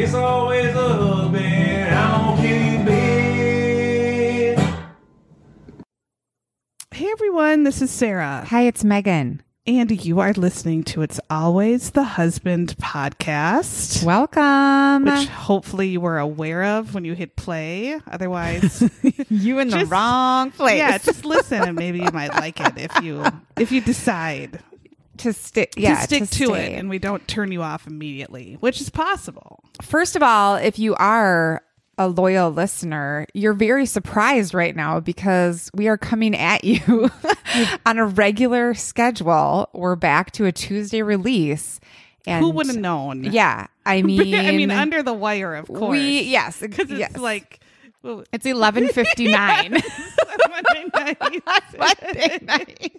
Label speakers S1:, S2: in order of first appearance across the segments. S1: it's always the husband. I don't keep it.
S2: Hey everyone, this is Sarah,
S3: Hi, it's Megan.
S2: and you are listening to It's Always the Husband podcast,
S3: Welcome.
S2: which hopefully you were aware of when you hit play. Otherwise,
S3: you in
S2: just-
S3: wrong place.
S2: yeah, just listen and maybe you might like it if you if you decide
S3: to stick. Yeah,
S2: to stick to, it
S3: stay.
S2: and we don't turn you off immediately, which is possible.
S3: First of all, if you are a loyal listener, you're very surprised right now because we are coming at you on a regular schedule. We're back to a Tuesday release. And
S2: Who would have known?
S3: Yeah, I mean,
S2: I mean, under the wire, of course.
S3: we yes,
S2: because it's
S3: yes.
S2: like well,
S3: it's eleven fifty nine.
S2: Monday night.
S3: Monday night.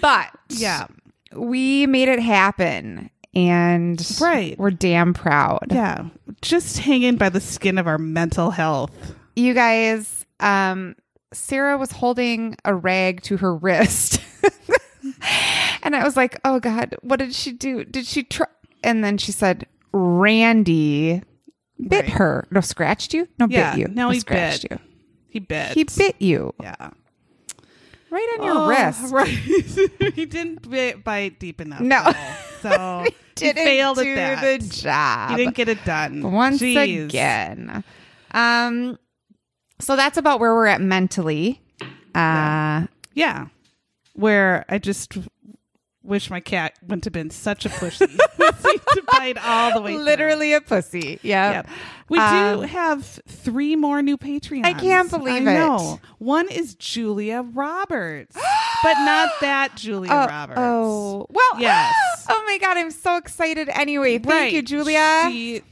S3: but
S2: Yeah.
S3: we made it happen, and
S2: Right.
S3: we're damn proud.
S2: Yeah, just hanging by the skin of our mental health.
S3: you guys um sarah was holding a rag to her wrist and i was like oh god what did she do did she try and then she said randy bit
S2: Right.
S3: her no scratched you no
S2: Yeah,
S3: bit you
S2: no, he
S3: scratched
S2: bit.
S3: you
S2: He bit.
S3: he bit you
S2: Yeah,
S3: right on your
S2: Oh,
S3: wrist
S2: Right. he didn't bit, bite deep enough.
S3: No.
S2: though. so he
S3: didn't
S2: failed
S3: do
S2: at
S3: the
S2: that.
S3: job
S2: He didn't get it done.
S3: once
S2: Jeez.
S3: again. Um, so that's about where we're at mentally. Uh,
S2: Yeah, where I just wish my cat wouldn't have been such a pussy to bite all the way. through.
S3: literally a pussy. Yeah.
S2: Yep. We
S3: Um,
S2: do have three more new Patreons.
S3: I can't believe
S2: I
S3: it.
S2: know. One is Julia Roberts, but not that Julia Roberts.
S3: Oh, well,
S2: Yes.
S3: Oh my God, I'm so excited. Anyway, thank
S2: Right.
S3: you, Julia.
S2: She-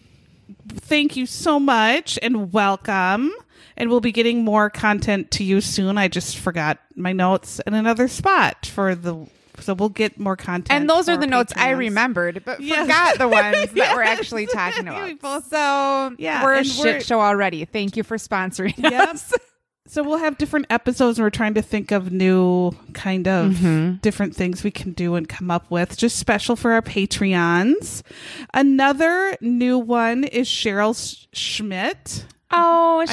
S2: thank you so much and welcome. And we'll be getting more content to you soon. I just forgot my notes in another spot for the. So we'll get more content.
S3: and those are
S2: for
S3: the notes I
S2: Patreons.
S3: remembered, but
S2: Yes.
S3: forgot the ones that we're
S2: Yes.
S3: actually talking about.
S2: We both-
S3: so
S2: Yeah,
S3: we're a
S2: and we're-
S3: shit show already. Thank you for sponsoring
S2: Yep.
S3: us.
S2: So we'll have different episodes. We're trying to think of new kind of different things we can do and come up with, just special for our Patreons. Another new one is Cheryl Sch- Schmidt.
S3: Oh,
S2: I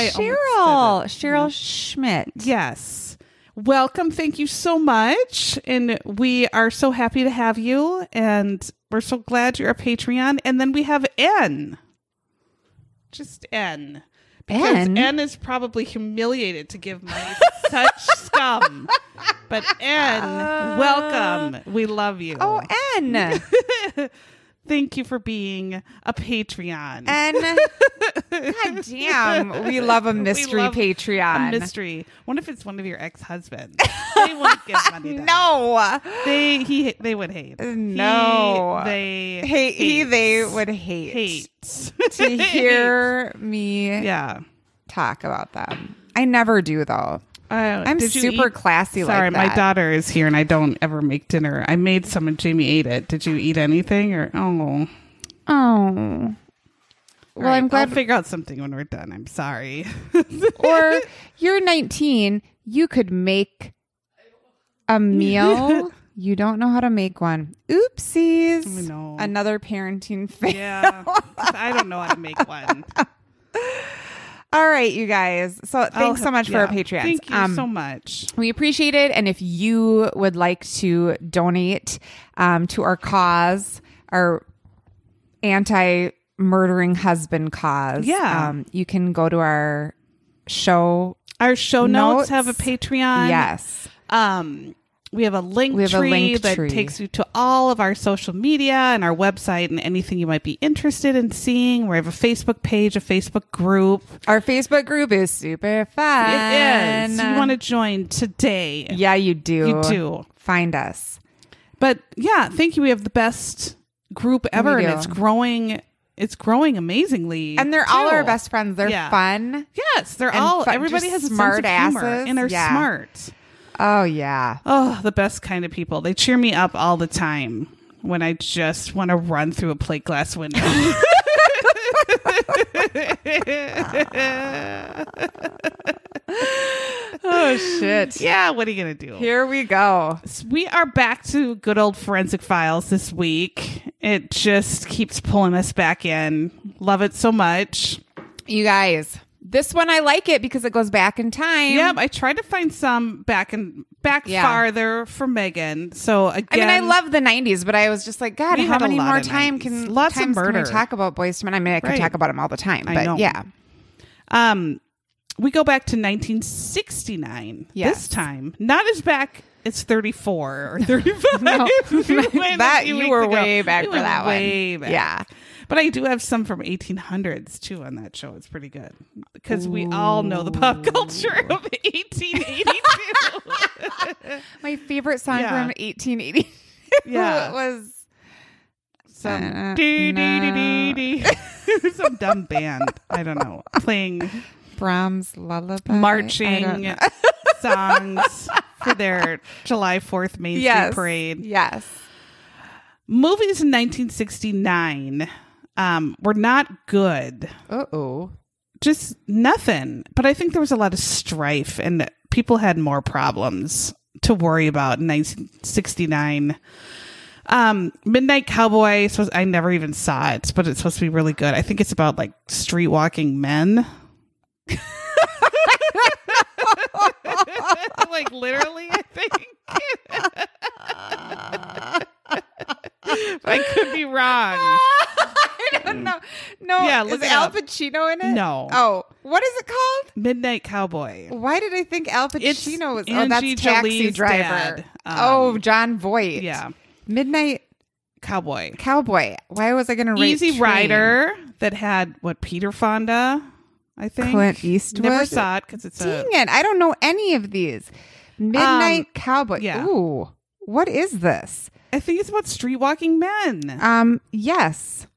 S2: almost said
S3: Cheryl, Cheryl Schmidt.
S2: Yes. Welcome. Thank you so much. And we are so happy to have you. And we're so glad you're a Patreon. And then we have N. Just N. Because
S3: N?
S2: N, is probably humiliated to give money to such scum. But N, welcome. We love you.
S3: Oh, N.
S2: Thank you for being a Patreon.
S3: N. God damn. We love a mystery
S2: love a
S3: Patreon.
S2: a mystery. What if it's one of your ex husbands? They won't give money. To
S3: No.
S2: They he they would hate.
S3: No.
S2: He- they
S3: Hate, he, they
S2: hates.
S3: would hate,
S2: hate
S3: to hear me
S2: yeah.
S3: talk about them. I never do, though.
S2: Uh,
S3: I'm
S2: did you
S3: super
S2: eat-
S3: classy like
S2: Sorry, my
S3: that.
S2: daughter is here and I don't ever make dinner. I made some and Jamie ate it. Did you eat anything or oh?
S3: Oh. Well, I'm
S2: I'll
S3: glad.
S2: figure out something when we're done. I'm sorry.
S3: or you're 19. You could make a meal. you don't know how to make one. Oopsies.
S2: I know.
S3: Another parenting fail.
S2: Yeah, I don't know how to make one.
S3: All right, you guys. So thanks
S2: I'll-
S3: so much for our
S2: Oh, yeah.
S3: Patreons.
S2: Thank you
S3: Um,
S2: so much.
S3: We appreciate it. And if you would like to donate um, to our cause, our anti murdering husband cause,
S2: Yeah.
S3: um, you can go to our show.
S2: Our show notes,
S3: notes?
S2: have a Patreon.
S3: yes.
S2: Um, we have a link
S3: We have a
S2: tree
S3: link
S2: that
S3: tree.
S2: takes you to all of our social media and our website and anything you might be interested in seeing. We have a Facebook page, a Facebook group.
S3: Our Facebook group is super fun.
S2: It is. You want to join today.
S3: Yeah, you do.
S2: You do.
S3: Find us.
S2: But yeah, thank you. We have the best group ever
S3: We
S2: and
S3: do.
S2: it's growing It's growing amazingly.
S3: And they're all our
S2: too.
S3: best friends. They're
S2: Yeah.
S3: fun.
S2: Yes, they're
S3: and
S2: all.
S3: fu-
S2: everybody
S3: just
S2: has smart
S3: smart
S2: a sense of humor
S3: asses.
S2: and are
S3: Yeah.
S2: smart.
S3: Oh yeah.
S2: Oh, the best kind of people. They cheer me up all the time when I just want to run through a plate glass window.
S3: Oh shit.
S2: yeah, what are you gonna do?
S3: Here we go.
S2: So we are back to good old forensic files this week. It just keeps pulling us back in. Love it so much.
S3: You guys. This one I like it because it goes back in time.
S2: Yep, I tried to find some back and back
S3: Yeah.
S2: farther for Megan. So again,
S3: I mean, I love the '90s, but I was just like, God,
S2: We
S3: how
S2: had a
S3: many
S2: lot
S3: more
S2: of
S3: time
S2: 90s.
S3: can
S2: Lots of
S3: times can we
S2: murder.
S3: talk about Boys to Men? I mean, I could
S2: Right.
S3: talk about them all the time,
S2: I
S3: but
S2: know.
S3: yeah,
S2: Um, we go back to 1969.
S3: Yes.
S2: This time, not as back. It's 34 or 35. We went a
S3: that
S2: few
S3: you
S2: weeks
S3: were
S2: ago.
S3: way back
S2: We
S3: for
S2: went
S3: that
S2: way
S3: one.
S2: back.
S3: Yeah,
S2: But I do have some from 1800s too on that show. It's pretty good because we all know the pop culture of 1882.
S3: my favorite song
S2: Yeah.
S3: from 1880.
S2: Yeah.
S3: was
S2: some
S3: Uh,
S2: dee dee dee dee dee. some dumb band. I don't know. Playing
S3: Brahms' lullaby. I don't
S2: marching
S3: know.
S2: songs for their July 4th Main Street
S3: Yes.
S2: Parade.
S3: Yes.
S2: Movies in 1969 um, were not good.
S3: Uh oh.
S2: Just nothing. But I think there was a lot of strife and people had more problems to worry about in 1969. Um, Midnight Cowboy, supposed, I never even saw it, but it's supposed to be really good. I think it's about like streetwalking men. like literally, I think. I could be wrong.
S3: I don't know. No.
S2: Yeah,
S3: Yeah.
S2: look
S3: Is
S2: it
S3: Al
S2: up.
S3: Pacino in it?
S2: No.
S3: Oh, what is it called?
S2: Midnight Cowboy.
S3: Why did I think Al
S2: It's
S3: Pacino was? Oh, that's
S2: Angie
S3: Taxi
S2: Jolie's
S3: Driver.
S2: dad. Um,
S3: oh, John Voight.
S2: Yeah,
S3: Midnight
S2: Cowboy.
S3: Cowboy. Why was I going to rate
S2: Easy
S3: Train?
S2: Rider that had what Peter Fonda, I think.
S3: Clint Eastwood?
S2: Never saw it because it's
S3: Dang
S2: a
S3: it! I don't know any of these. Midnight Cowboy.
S2: Um, yeah.
S3: Ooh, what is this?
S2: I think it's about streetwalking men.
S3: Um, yes.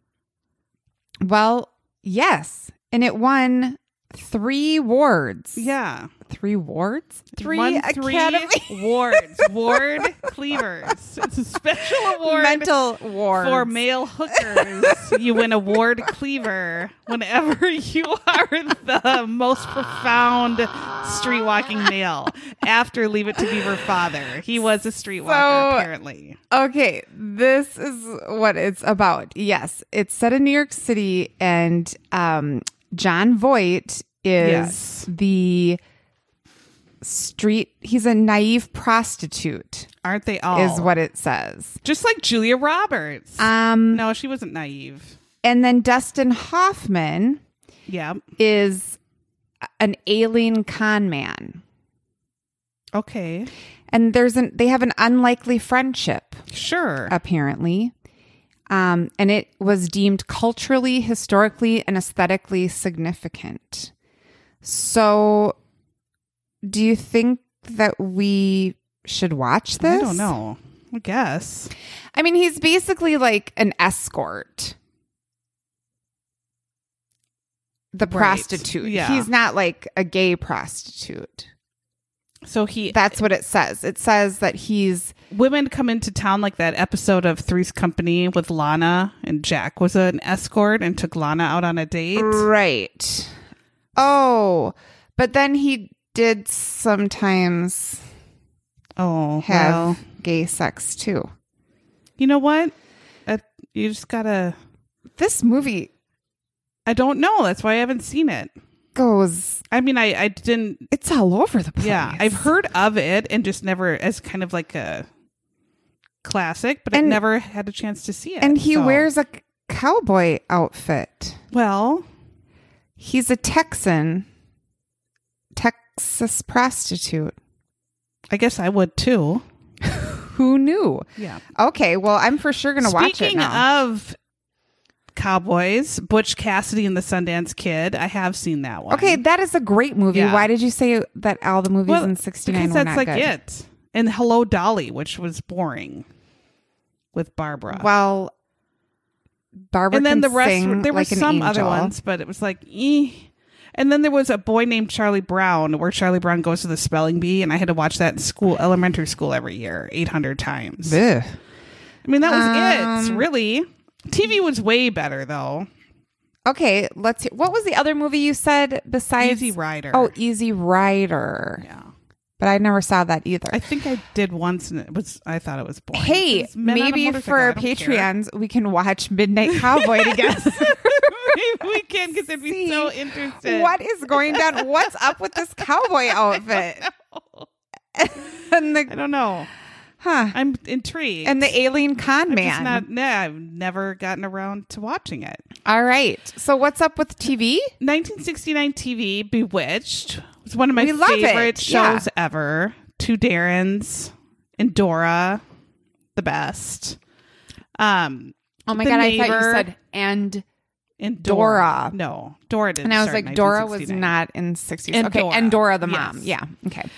S3: Well, yes, and it won three wards.
S2: Yeah,
S3: three wards. Three
S2: Won
S3: Academy
S2: awards, ward cleavers. It's a special award
S3: mental wards
S2: for male hookers. you win a ward cleaver whenever you are the most profound streetwalking male. After Leave It to Beaver father, he was a streetwalker
S3: So-
S2: apparently.
S3: Okay, this is what it's about. Yes, it's set in New York City, and um, John Voight is
S2: Yes.
S3: the street. He's a naive prostitute,
S2: Aren't they all?
S3: is what it says.
S2: Just like Julia Roberts.
S3: Um,
S2: no, she wasn't naive.
S3: and then Dustin Hoffman
S2: Yeah.
S3: is an alien con man,
S2: Okay.
S3: and there's an they have an unlikely friendship.
S2: Sure.
S3: apparently. Um, and it was deemed culturally, historically, and aesthetically significant. So, do you think that we should watch
S2: I
S3: this?
S2: don't know. I guess.
S3: I mean, he's basically like an escort, the prostitute.
S2: Yeah.
S3: He's not like a gay prostitute.
S2: So he
S3: That's what it says. It says that he's
S2: women come into town like that episode of Three's Company with Lana and Jack was an escort and took Lana out on a date.
S3: Right. Oh, but then he did sometimes
S2: Oh
S3: have
S2: well.
S3: gay sex too.
S2: You know what? Uh, you just gotta.
S3: This movie
S2: I don't know. That's why I haven't seen it.
S3: goes,
S2: I mean, I I didn't
S3: it's all over the place.
S2: Yeah, I've heard of it and just never as kind of like a classic, but I
S3: And-
S2: never had a chance to see it.
S3: And he
S2: so-
S3: wears a c- cowboy outfit.
S2: well,
S3: He's a Texan, Texas prostitute.
S2: I guess I would too.
S3: Who knew?
S2: Yeah.
S3: Okay, well, I'm for sure going to watch it
S2: Speaking
S3: now.
S2: of cowboys, Butch Cassidy and the Sundance Kid, I have seen that one.
S3: okay, that is a great movie.
S2: Yeah.
S3: Why did you say that all the movies
S2: well,
S3: in 69
S2: because
S3: were
S2: that's
S3: not
S2: like
S3: good?
S2: it. And Hello Dolly, which was boring with Barbara.
S3: Well, Barbara
S2: and then
S3: can
S2: the rest
S3: sing
S2: were- there were
S3: like an
S2: some
S3: angel.
S2: other ones but it was like eh. and then there was a boy named charlie brown where charlie brown goes to the spelling bee and i had to watch that in school elementary school every year 800 times
S3: Ugh.
S2: i mean that was
S3: Um,
S2: it really tv was way better though
S3: Okay, let's hear. What was the other movie you said besides
S2: Easy Rider.
S3: Oh, Easy Rider. Yeah. But I never saw that either.
S2: i think i did once and it was i thought it was boring It
S3: hey,
S2: was men on a
S3: maybe
S2: motorcycle. I
S3: for
S2: don't care.
S3: Patreons, we can watch Midnight Cowboy together.
S2: maybe we can because it'd be
S3: See
S2: so interesting
S3: what is going down? What's up with this cowboy outfit? and
S2: i
S3: the
S2: don't know
S3: huh?
S2: i'm intrigued
S3: And the alien con
S2: it's
S3: man.
S2: not nah, i've never gotten around to watching it
S3: All right. So what's up with TV?
S2: 1969 TV Bewitched was one of my
S3: We love it.
S2: favorite
S3: Yeah.
S2: shows ever. Two Darrens and Dora, the best. Um,
S3: Oh my
S2: The
S3: god! I thought you
S2: Neighbor.
S3: said and
S2: and Dora.
S3: Dora.
S2: No, Dora didn't.
S3: And I was
S2: start in
S3: like, Dora was
S2: 1969.
S3: not in sixties.
S2: And
S3: Okay,
S2: Dora.
S3: and Dora the mom.
S2: Yes.
S3: Yeah. Okay.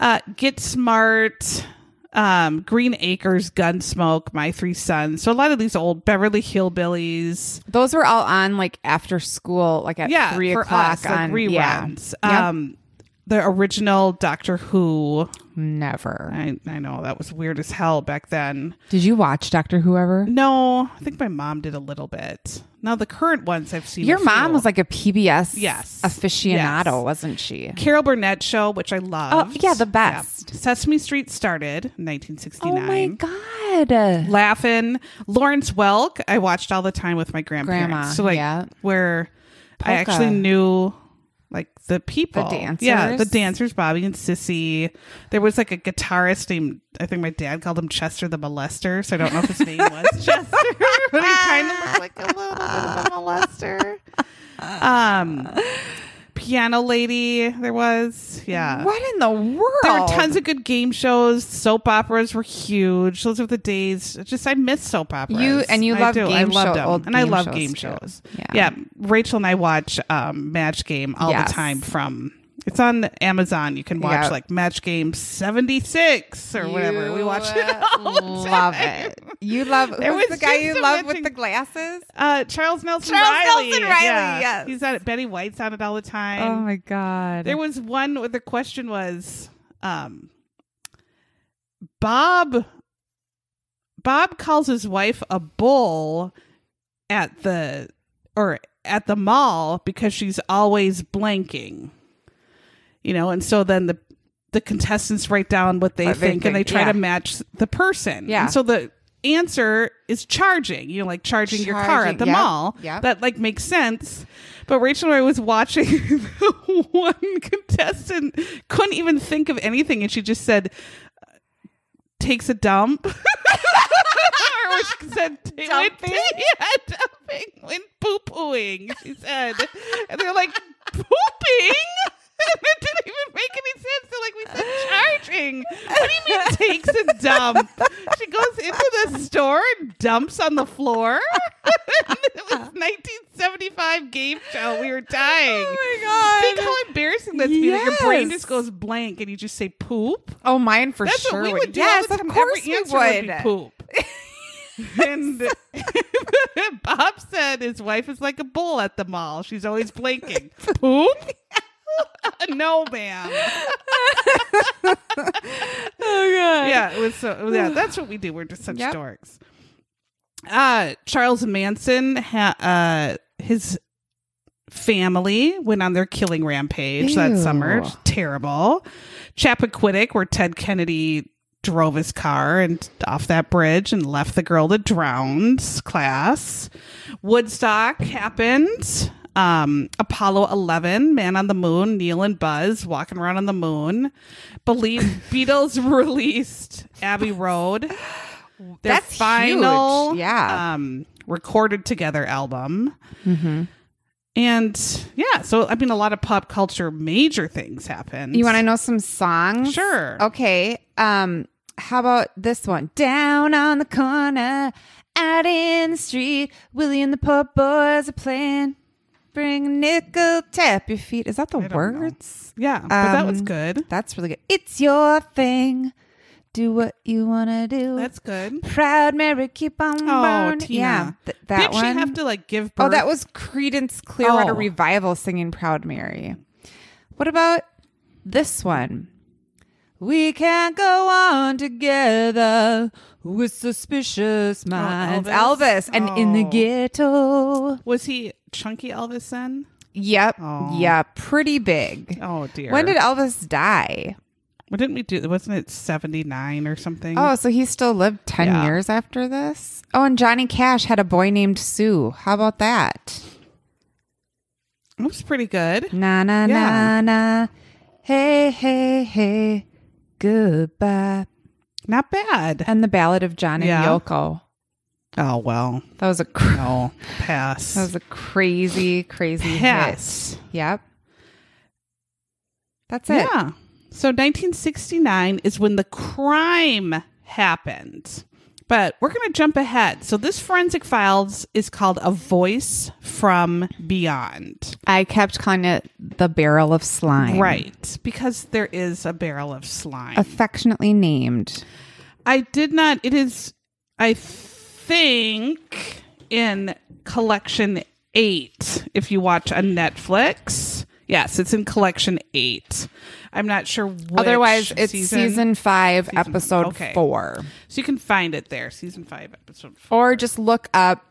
S2: Uh, Get Smart, um, Green Acres, Gunsmoke, My Three Sons. So a lot of these old Beverly Hillbillies.
S3: Those were all on like after school, like at
S2: Yeah,
S3: three
S2: for
S3: o'clock
S2: us, like
S3: on
S2: reruns.
S3: Yeah. Yep.
S2: Um, the original Doctor Who.
S3: Never.
S2: I, I know that was weird as hell back then.
S3: Did you watch Doctor Whoever?
S2: No, I think my mom did a little bit. Now the current ones I've seen.
S3: Your
S2: a
S3: mom
S2: few.
S3: was like a PBS
S2: Yes.
S3: aficionado,
S2: Yes.
S3: wasn't she?
S2: Carol Burnett show, which I love.
S3: Oh, yeah, the best.
S2: Sesame Street started in 1969.
S3: Oh my god.
S2: Laughing. Lawrence Welk, I watched all the time with my grandparents.
S3: Grandma,
S2: so like
S3: yeah.
S2: where I
S3: Polka.
S2: actually knew like the people,
S3: The
S2: yeah, the
S3: dancers.
S2: dancers, Bobby and Sissy. There was like a guitarist named I think my dad called him Chester the Molester, so I don't know if his name was Chester, but he kind of looked like a little bit of a molester. Um, piano lady, there was, yeah.
S3: What in the world?
S2: There were tons of good game shows. Soap operas were huge. Those were the days. Just I miss soap operas.
S3: You- and you
S2: I
S3: love
S2: do. I
S3: game
S2: loved
S3: show-
S2: them.
S3: old
S2: and I
S3: game
S2: love
S3: shows,
S2: game
S3: too.
S2: shows.
S3: Yeah.
S2: Yeah. Rachel and I watch um, Match Game all
S3: Yes.
S2: the time. From it's on Amazon. You can watch
S3: Yeah.
S2: like Match Game seventy six or whatever. We watch it. All the
S3: uh, love
S2: time.
S3: it. You love
S2: There
S3: who's
S2: was
S3: the guy
S2: just
S3: you
S2: so
S3: love
S2: much
S3: with
S2: in-
S3: the glasses?
S2: Uh, Charles Nelson
S3: Charles
S2: Riley.
S3: Nelson Riley,
S2: Yeah.
S3: yes.
S2: he's on it. Betty White's on it all the time.
S3: Oh god.
S2: There was one where the question was um Bob Bob calls his wife a bull at the or at the mall because she's always blanking. You know, and so then the the contestants write down what they
S3: What they
S2: think, and they
S3: think,
S2: try
S3: yeah.
S2: to match the person.
S3: Yeah.
S2: And so the answer is charging, you know, like charging, your car
S3: Charging,
S2: at the
S3: yep,
S2: mall.
S3: yep.
S2: That like makes sense. But Rachel and I was watching the one contestant couldn't even think of anything and she just said takes a dump. or she said
S3: Dumping?
S2: Went, yeah, dumping went poo pooing, she said. and they're like, pooping? it didn't even make any sense. They're like, we said charging. What do you mean takes a dump? She goes into the store and dumps on the floor. it was
S3: Uh-huh.
S2: 1975 game show. We were dying.
S3: oh my
S2: Think how embarrassing that's be. that Your brain
S3: Yes.
S2: just goes blank and you just say poop.
S3: Oh, mine for
S2: That's
S3: sure.
S2: what we
S3: would-
S2: would do. all
S3: yes,
S2: the
S3: of
S2: time.
S3: course
S2: Every
S3: we
S2: answer would. be
S3: would.
S2: poop. and Bob said his wife is like a bull at the mall. She's always blinking. poop? no, ma'am.
S3: Oh god.
S2: Yeah, it was so. it was- Yeah, that's what we do. We're just such
S3: Yep.
S2: dorks. Uh, Charles Manson, ha- uh, his family went on their killing rampage that
S3: Ew.
S2: summer. It's Terrible. Chappaquiddick, where Ted Kennedy drove his car and off that bridge and left the girl to drowned class. Woodstock happened. Um, Apollo 11, Man on the Moon, Neil and Buzz walking around on the moon. Believe Beatles released Abbey Road. Their
S3: That's
S2: final,
S3: huge. Yeah.
S2: um, recorded together album. And yeah, so I mean, a lot of pop culture major things happened.
S3: You want to know some songs?
S2: Sure.
S3: Okay. Um, how about this one? Down on the corner, out in the street, Willie and the Poor Boys are playing. Bring a nickel, tap your feet. Is that the
S2: don't know.
S3: words?
S2: Yeah, but that was
S3: Um,
S2: good.
S3: That's really good. It's your thing. Do what you wanna do.
S2: That's good.
S3: proud Mary. Keep on
S2: Oh,
S3: burning.
S2: Tina.
S3: Yeah, th- that
S2: Did
S3: one.
S2: she have to like give birth?
S3: oh, that was Credence Clearwater
S2: Oh.
S3: Revival singing "Proud Mary." What about this one? We can't go on together with suspicious minds.
S2: Oh, Elvis?
S3: Elvis, and in the
S2: Oh.
S3: ghetto.
S2: was he chunky Elvis then?
S3: Yep.
S2: Oh.
S3: Yeah. Pretty big.
S2: Oh dear.
S3: When did Elvis die?
S2: Well, didn't we do? Wasn't it seventy nine or something?
S3: Oh, so he still lived 10
S2: Mm. Yeah.
S3: years after this? Oh, and Johnny Cash had a boy named Sue. How about that?
S2: that was pretty good.
S3: Na na
S2: Yeah.
S3: na na. Hey, hey, hey. Goodbye.
S2: Not bad.
S3: And the Ballad of John and
S2: Yeah.
S3: Yoko.
S2: Oh well.
S3: That was a cr-
S2: No
S3: that
S2: pass.
S3: was a crazy, crazy
S2: Pass.
S3: hit. Yep. That's it.
S2: Yeah. So 1969 is when the crime happened. But we're going to jump ahead. So this forensic files is called A Voice from Beyond.
S3: I kept calling it the barrel of slime.
S2: Right, because there is a barrel of slime.
S3: Affectionately named.
S2: I did not. It is, I think, in collection eight. If you watch on Netflix, yes, it's in collection eight. I'm not sure. Which
S3: Otherwise, it's season, five, episode
S2: okay.
S3: four.
S2: So you can find it there, season five, episode four,
S3: Or just look up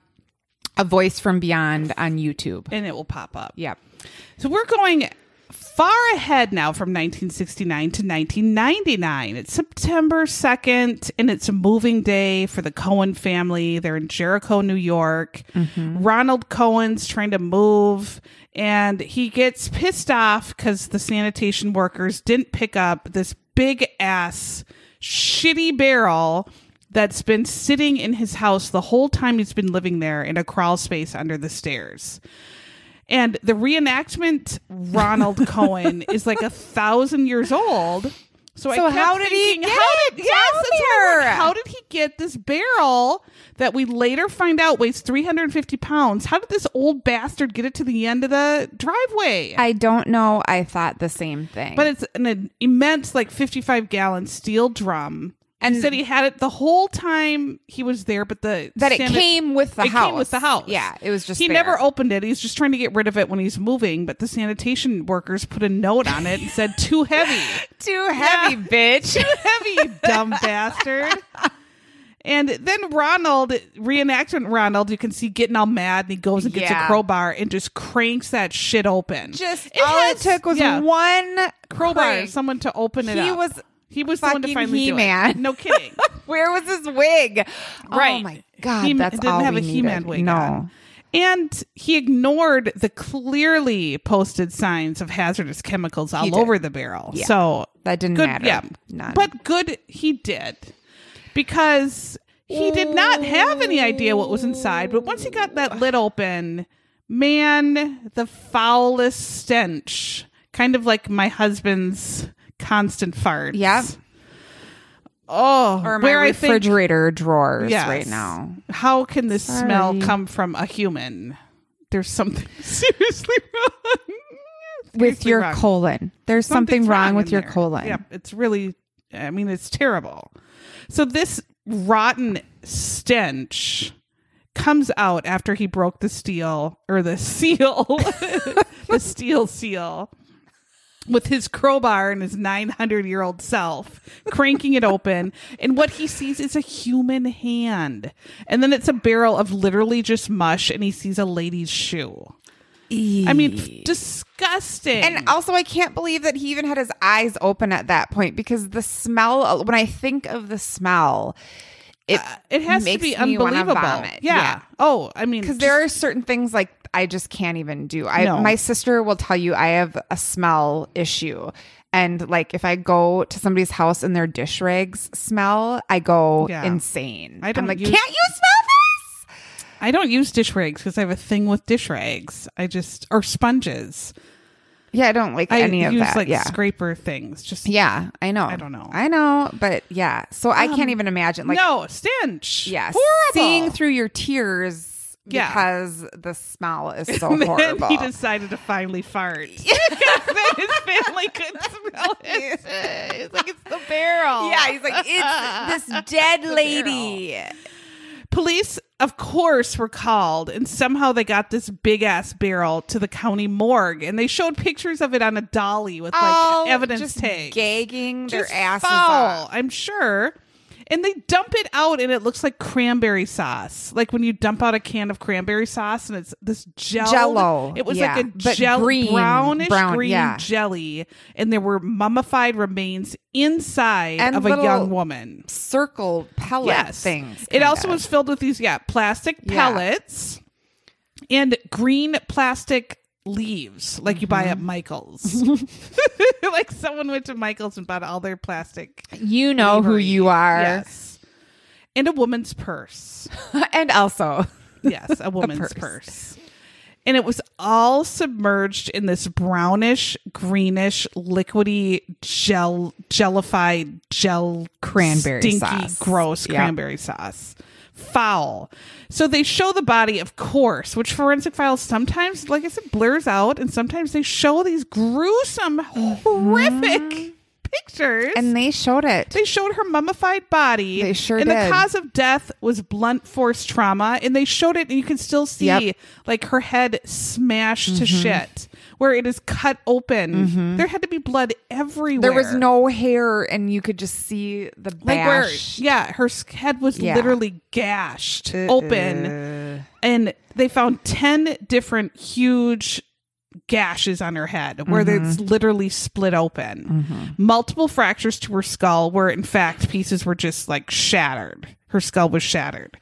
S3: A Voice from Beyond on YouTube.
S2: and it will pop up.
S3: Yep.
S2: So we're going far ahead now from 1969 to 1999. It's September 2nd, and it's a moving day for the Cohen family. They're in Jericho, New York. Ronald Cohen's trying to move, and he gets pissed off because the sanitation workers didn't pick up this big ass, shitty barrel. That's been sitting in his house the whole time he's been living there in a crawl space under the stairs. And the reenactment Ronald Cohen is like a thousand years old. So, I
S3: So
S2: kept
S3: how did he
S2: thinking,
S3: get
S2: how did,
S3: it
S2: yes,
S3: down
S2: that's what I'm like,
S3: there?
S2: how did he get this barrel that we later find out weighs 350 pounds? How did this old bastard get it to the end of the driveway?
S3: I don't know. I thought the same thing.
S2: but it's an, an immense, like 55 gallon steel drum. And
S3: And-
S2: he said he had it the whole time he was there, but the
S3: that it
S2: sanit-
S3: came with the
S2: it
S3: house.
S2: came with the house.
S3: Yeah, it was just
S2: he
S3: there.
S2: never opened it. He's just trying to get rid of it when he's moving. But the sanitation workers put a note on it and said, "Too heavy,
S3: too heavy, bitch.
S2: too heavy, you dumb bastard." And then Ronald, reenactment Ronald, you can see getting all mad, and he goes and gets a
S3: Yeah.
S2: crowbar and just cranks that shit open.
S3: Just
S2: It
S3: all
S2: has-
S3: it took was
S2: yeah,
S3: one
S2: crowbar,
S3: crank.
S2: someone to open it.
S3: He
S2: up.
S3: was
S2: he was the one to
S3: fucking
S2: finally do it.
S3: He-Man.
S2: No kidding.
S3: Where was his wig?
S2: Right.
S3: Oh my god,
S2: He-
S3: that's
S2: didn't
S3: all
S2: have
S3: we
S2: a He-Man
S3: needed.
S2: wig.
S3: No.
S2: on. And he ignored the clearly posted signs of hazardous chemicals all
S3: did.
S2: over the barrel.
S3: Yeah.
S2: So
S3: That didn't
S2: good,
S3: matter.
S2: yeah.
S3: None.
S2: But good, he did because he did not have any idea what was inside. But once he got that lid open, man, the foulest stench, kind of like my husband's constant farts.
S3: Yep.
S2: Oh,
S3: or my
S2: where I think-
S3: refrigerator drawers
S2: Yes.
S3: right now.
S2: How can this smell
S3: Sorry.
S2: come from a human? There's something seriously wrong.
S3: With
S2: Seriously
S3: your
S2: wrong.
S3: colon. There's something
S2: Something's
S3: wrong, with
S2: in
S3: your
S2: there.
S3: colon.
S2: Yep, it's really. I mean, it's terrible. So this rotten stench comes out after he broke the steel or the seal, the steel seal. With his crowbar and his 900 year old self, cranking it open. And what he sees is a human hand. And then it's a barrel of literally just mush, and he sees a lady's shoe. I mean, f- disgusting.
S3: And also, I can't believe that he even had his eyes open at that point because the smell. When I think of the smell, it
S2: it has to
S3: makes
S2: be
S3: me wanna
S2: unbelievable.
S3: vomit.
S2: Yeah. Oh, I mean,
S3: because there are certain things like I just can't even do. I
S2: No.
S3: my sister will tell you I have a smell issue, and like if I go to somebody's house and their dish rags smell, I go
S2: Yeah.
S3: insane.
S2: I
S3: I
S2: don't
S3: am like,
S2: use-
S3: can't you smell this?
S2: I don't use dish rags because I have a thing with dish rags. I just or sponges.
S3: Yeah, I don't like
S2: I
S3: any of
S2: use
S3: that.
S2: like
S3: yeah.
S2: scraper things. Just
S3: yeah, I know. I
S2: don't know.
S3: I know, but yeah. So I can't even imagine. Like,
S2: no stench.
S3: Yes.
S2: horrible.
S3: Seeing through your tears
S2: Yeah.
S3: because the smell is so
S2: And then
S3: horrible.
S2: he decided to finally fart. then his family couldn't smell it. It's like it's the barrel.
S3: yeah, he's like, it's this dead lady.
S2: Police, of course, were called, and somehow they got this big ass barrel to the county morgue, and they showed pictures of it on a dolly with like
S3: All
S2: evidence
S3: Oh, just
S2: tags.
S3: gagging
S2: Just
S3: their asses
S2: foul,
S3: off.
S2: I'm sure. And they dump it out, and it looks like cranberry sauce, like when you dump out a can of cranberry sauce, and it's this gel.
S3: Jello,
S2: It was
S3: yeah,
S2: like a
S3: but
S2: gel,
S3: green,
S2: brownish
S3: brown,
S2: green
S3: yeah.
S2: jelly, and there were mummified remains inside
S3: And
S2: of a
S3: little
S2: young woman.
S3: Circle pellet things.
S2: It
S3: kind
S2: also
S3: of.
S2: was filled with these, yeah, plastic
S3: Yeah.
S2: pellets and green plastic leaves, like you buy at
S3: Mm-hmm.
S2: Michael's. like someone went to Michael's and bought all their plastic.
S3: You know who you are.
S2: Yes. And a woman's purse.
S3: and also,
S2: Yes, a woman's
S3: purse.
S2: purse. And it was all submerged in this brownish, greenish, liquidy gel, gelified gel
S3: Cranberry
S2: stinky,
S3: sauce.
S2: gross
S3: Yeah.
S2: cranberry sauce. Foul. So they show the body, of course, which forensic files sometimes, like I said, blurs out, and sometimes they show these gruesome, horrific pictures.
S3: Mm-hmm. and they showed it.
S2: They showed her mummified body.
S3: They sure
S2: And
S3: did.
S2: the cause of death was blunt force trauma. And they showed it, and you can still see
S3: Yep. Mm-hmm.
S2: like her head smashed to shit, where it is cut open. There had to be blood everywhere.
S3: There was no hair, and you could just see the
S2: like where,
S3: bash.
S2: yeah, her s- head was
S3: Yeah.
S2: literally gashed open, and they found ten different huge gashes on her head where it's literally split open. Multiple fractures to her skull, where in fact pieces were just like shattered. Her skull was shattered.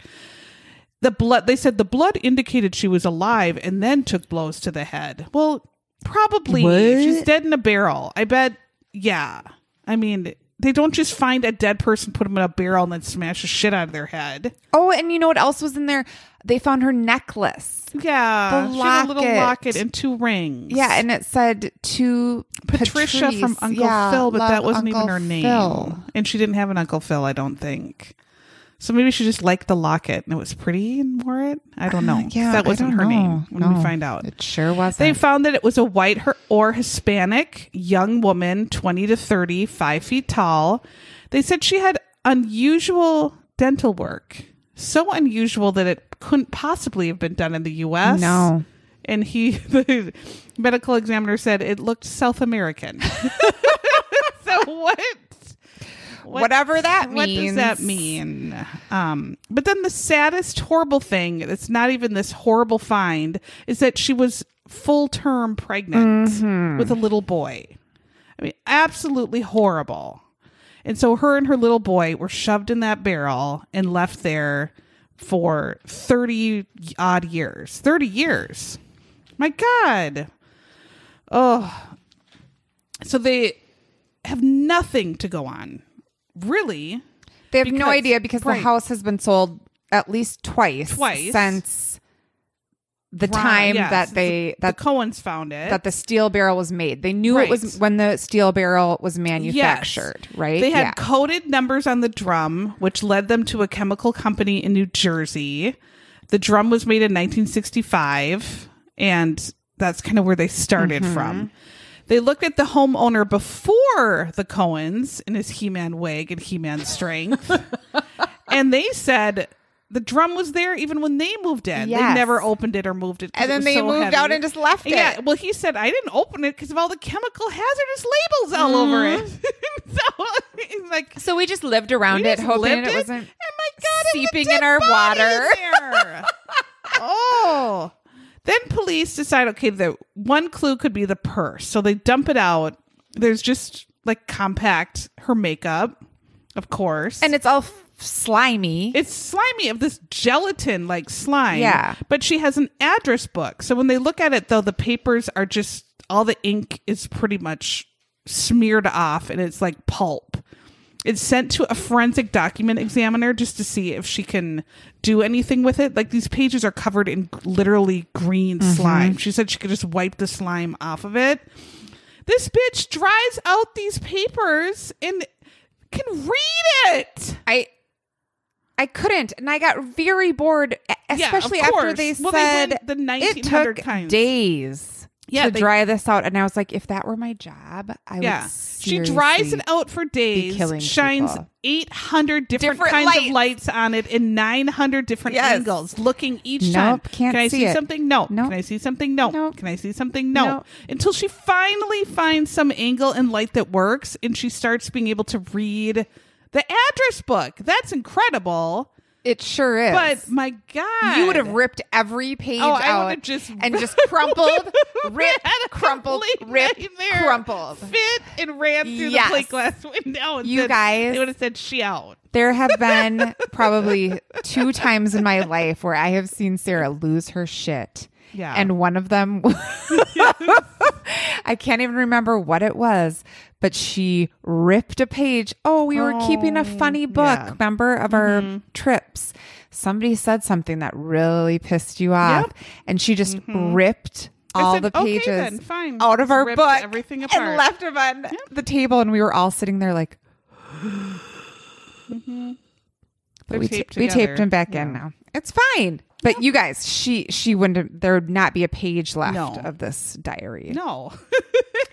S2: The blood, they said the blood indicated she was alive and then took blows to the head. Well, probably.
S3: What?
S2: She's dead in a barrel. I bet, yeah. I mean, they don't just find a dead person, put them in a barrel, and then smash the shit out of their head.
S3: Oh, and you know what else was in there? They found her necklace.
S2: Yeah.
S3: The
S2: she had a little
S3: locket.
S2: locket and two rings.
S3: Yeah, and it said to
S2: Patricia
S3: Patrice.
S2: from Uncle
S3: Yeah,
S2: Phil, but
S3: love
S2: that wasn't even
S3: Uncle
S2: her name.
S3: Phil.
S2: And she didn't have an Uncle Phil, I don't think. So maybe she just liked the locket and it was pretty and wore it. I don't know. 'cause
S3: Uh, Yeah,
S2: that
S3: I
S2: wasn't
S3: don't
S2: her
S3: know.
S2: name when
S3: No,
S2: we find out.
S3: It sure
S2: They
S3: wasn't.
S2: found that it was a white her- or Hispanic young woman, 20 to 30, five feet tall. They said she had unusual dental work, so unusual that it couldn't possibly have been done in the U.S.
S3: No.
S2: And he, the medical examiner said it looked South American. so what? what-
S3: Whatever that
S2: what does
S3: means.
S2: that mean? Um, but then the saddest, horrible thing that's not even this horrible find is that she was full term pregnant with a little boy. I mean, absolutely horrible. And so her and her little boy were shoved in that barrel and left there for 30 odd years. 30 years. My God. Oh. So they have nothing to go on. Really?
S3: They have no
S2: because-
S3: idea because
S2: right.
S3: the house has been sold at least twice,
S2: Twice.
S3: since the
S2: Right,
S3: time
S2: yes.
S3: that they that
S2: the Cohens found it.
S3: that the steel barrel was made. They knew it was
S2: Right.
S3: when the steel barrel was
S2: Yes.
S3: manufactured, right?
S2: They had
S3: yeah.
S2: coded numbers on the drum, which led them to a chemical company in New Jersey. The drum was made in 1965, and that's kind of where they started
S3: Mm-hmm.
S2: from. They looked at the homeowner before the Cohens in his He Man wig and He Man strength, and they said the drum was there even when they moved in.
S3: Yes.
S2: They never opened it or moved it. 'cause it
S3: And then
S2: was
S3: they
S2: so
S3: moved
S2: heavy.
S3: out and just left it.
S2: Yeah, well, he said I didn't open it because of all the chemical hazardous labels all over it. so, he's like,
S3: So we just lived around
S2: we
S3: Mm-hmm. it,
S2: just
S3: hoping
S2: lived
S3: it, wasn't.
S2: And my God, it was a
S3: seeping
S2: dead
S3: in our
S2: body
S3: water.
S2: in there. oh, then police decide. Okay, the one clue could be the purse, so they dump it out. There's just like compact her makeup, of course,
S3: And it's all f- slimy.
S2: it's slimy of this gelatin like slime.
S3: Yeah.
S2: But she has an address book. So when they look at it though, the papers are just all the ink is pretty much smeared off and it's like pulp. It's sent to a forensic document examiner just to see if she can do anything with it. Like these pages are covered in literally green
S3: Mm-hmm.
S2: slime. She said she could just wipe the slime off of it. This bitch dries out these papers and can read it.
S3: I I couldn't, and I got very bored, e-
S2: Yeah, of
S3: especially after
S2: course.
S3: they
S2: Well, they
S3: said
S2: went the
S3: it
S2: 1900
S3: took
S2: times.
S3: days
S2: Yeah,
S3: to
S2: they-
S3: dry this out. And I was like, if that were my job, I
S2: Yeah.
S3: would.
S2: She dries it
S3: seriously-
S2: out for days,
S3: killing
S2: shines
S3: people.
S2: 800 different,
S3: Different
S2: kinds
S3: lights.
S2: of lights on it in 900 different
S3: Yes.
S2: angles, looking each
S3: Nope,
S2: time. Can
S3: can't
S2: I
S3: see
S2: see,
S3: it.
S2: something? No.
S3: Nope.
S2: Can I see something? No.
S3: Nope.
S2: Can I see something? No.
S3: Nope.
S2: Until she finally finds some angle and light that works and she starts being able to read the address book. That's incredible.
S3: It sure is.
S2: But my God.
S3: you would have ripped every page
S2: Oh, I
S3: out
S2: would've just-
S3: and just crumpled, ripped,
S2: Had a
S3: crumpled,
S2: complete
S3: ripped,
S2: nightmare.
S3: crumpled.
S2: Fit and ran through
S3: Yes.
S2: the plate glass window. And
S3: You
S2: said-
S3: guys-
S2: They would have said, she out.
S3: There have been probably two times in my life where I have seen Sarah lose her shit.
S2: Yeah.
S3: And one of them, I can't even remember what it was, but she ripped a page. Oh, we were keeping a funny book,
S2: yeah. Mm-hmm.
S3: remember, of our trips. Somebody said something that really pissed you off,
S2: Yep. Mm-hmm.
S3: and she just ripped all
S2: said,
S3: the
S2: "Okay
S3: pages
S2: then, fine."
S3: out of
S2: Just
S3: our
S2: ripped
S3: book
S2: everything
S3: and
S2: apart.
S3: left them on the table. And we were all sitting there like, But
S2: They're
S3: we, ta-
S2: taped
S3: we taped
S2: together.
S3: him back in now. It's fine. But you guys, she she wouldn't. Have, there would not be a page left
S2: No.
S3: of this diary
S2: No.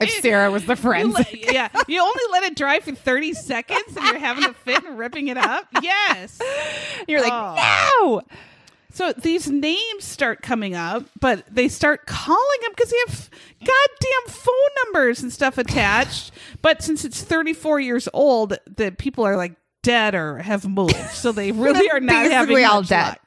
S3: if Sarah was the
S2: You
S3: forensic.
S2: let- yeah, you only let it dry for 30 seconds and you're having a fit and ripping it up. Yes.
S3: You're like,
S2: "Oh."
S3: no.
S2: So these names start coming up, but they start calling them because they have goddamn phone numbers and stuff attached. but since it's 34 years old, the people are like dead or have moved. So they really are not having
S3: Basically all
S2: much
S3: dead.
S2: luck.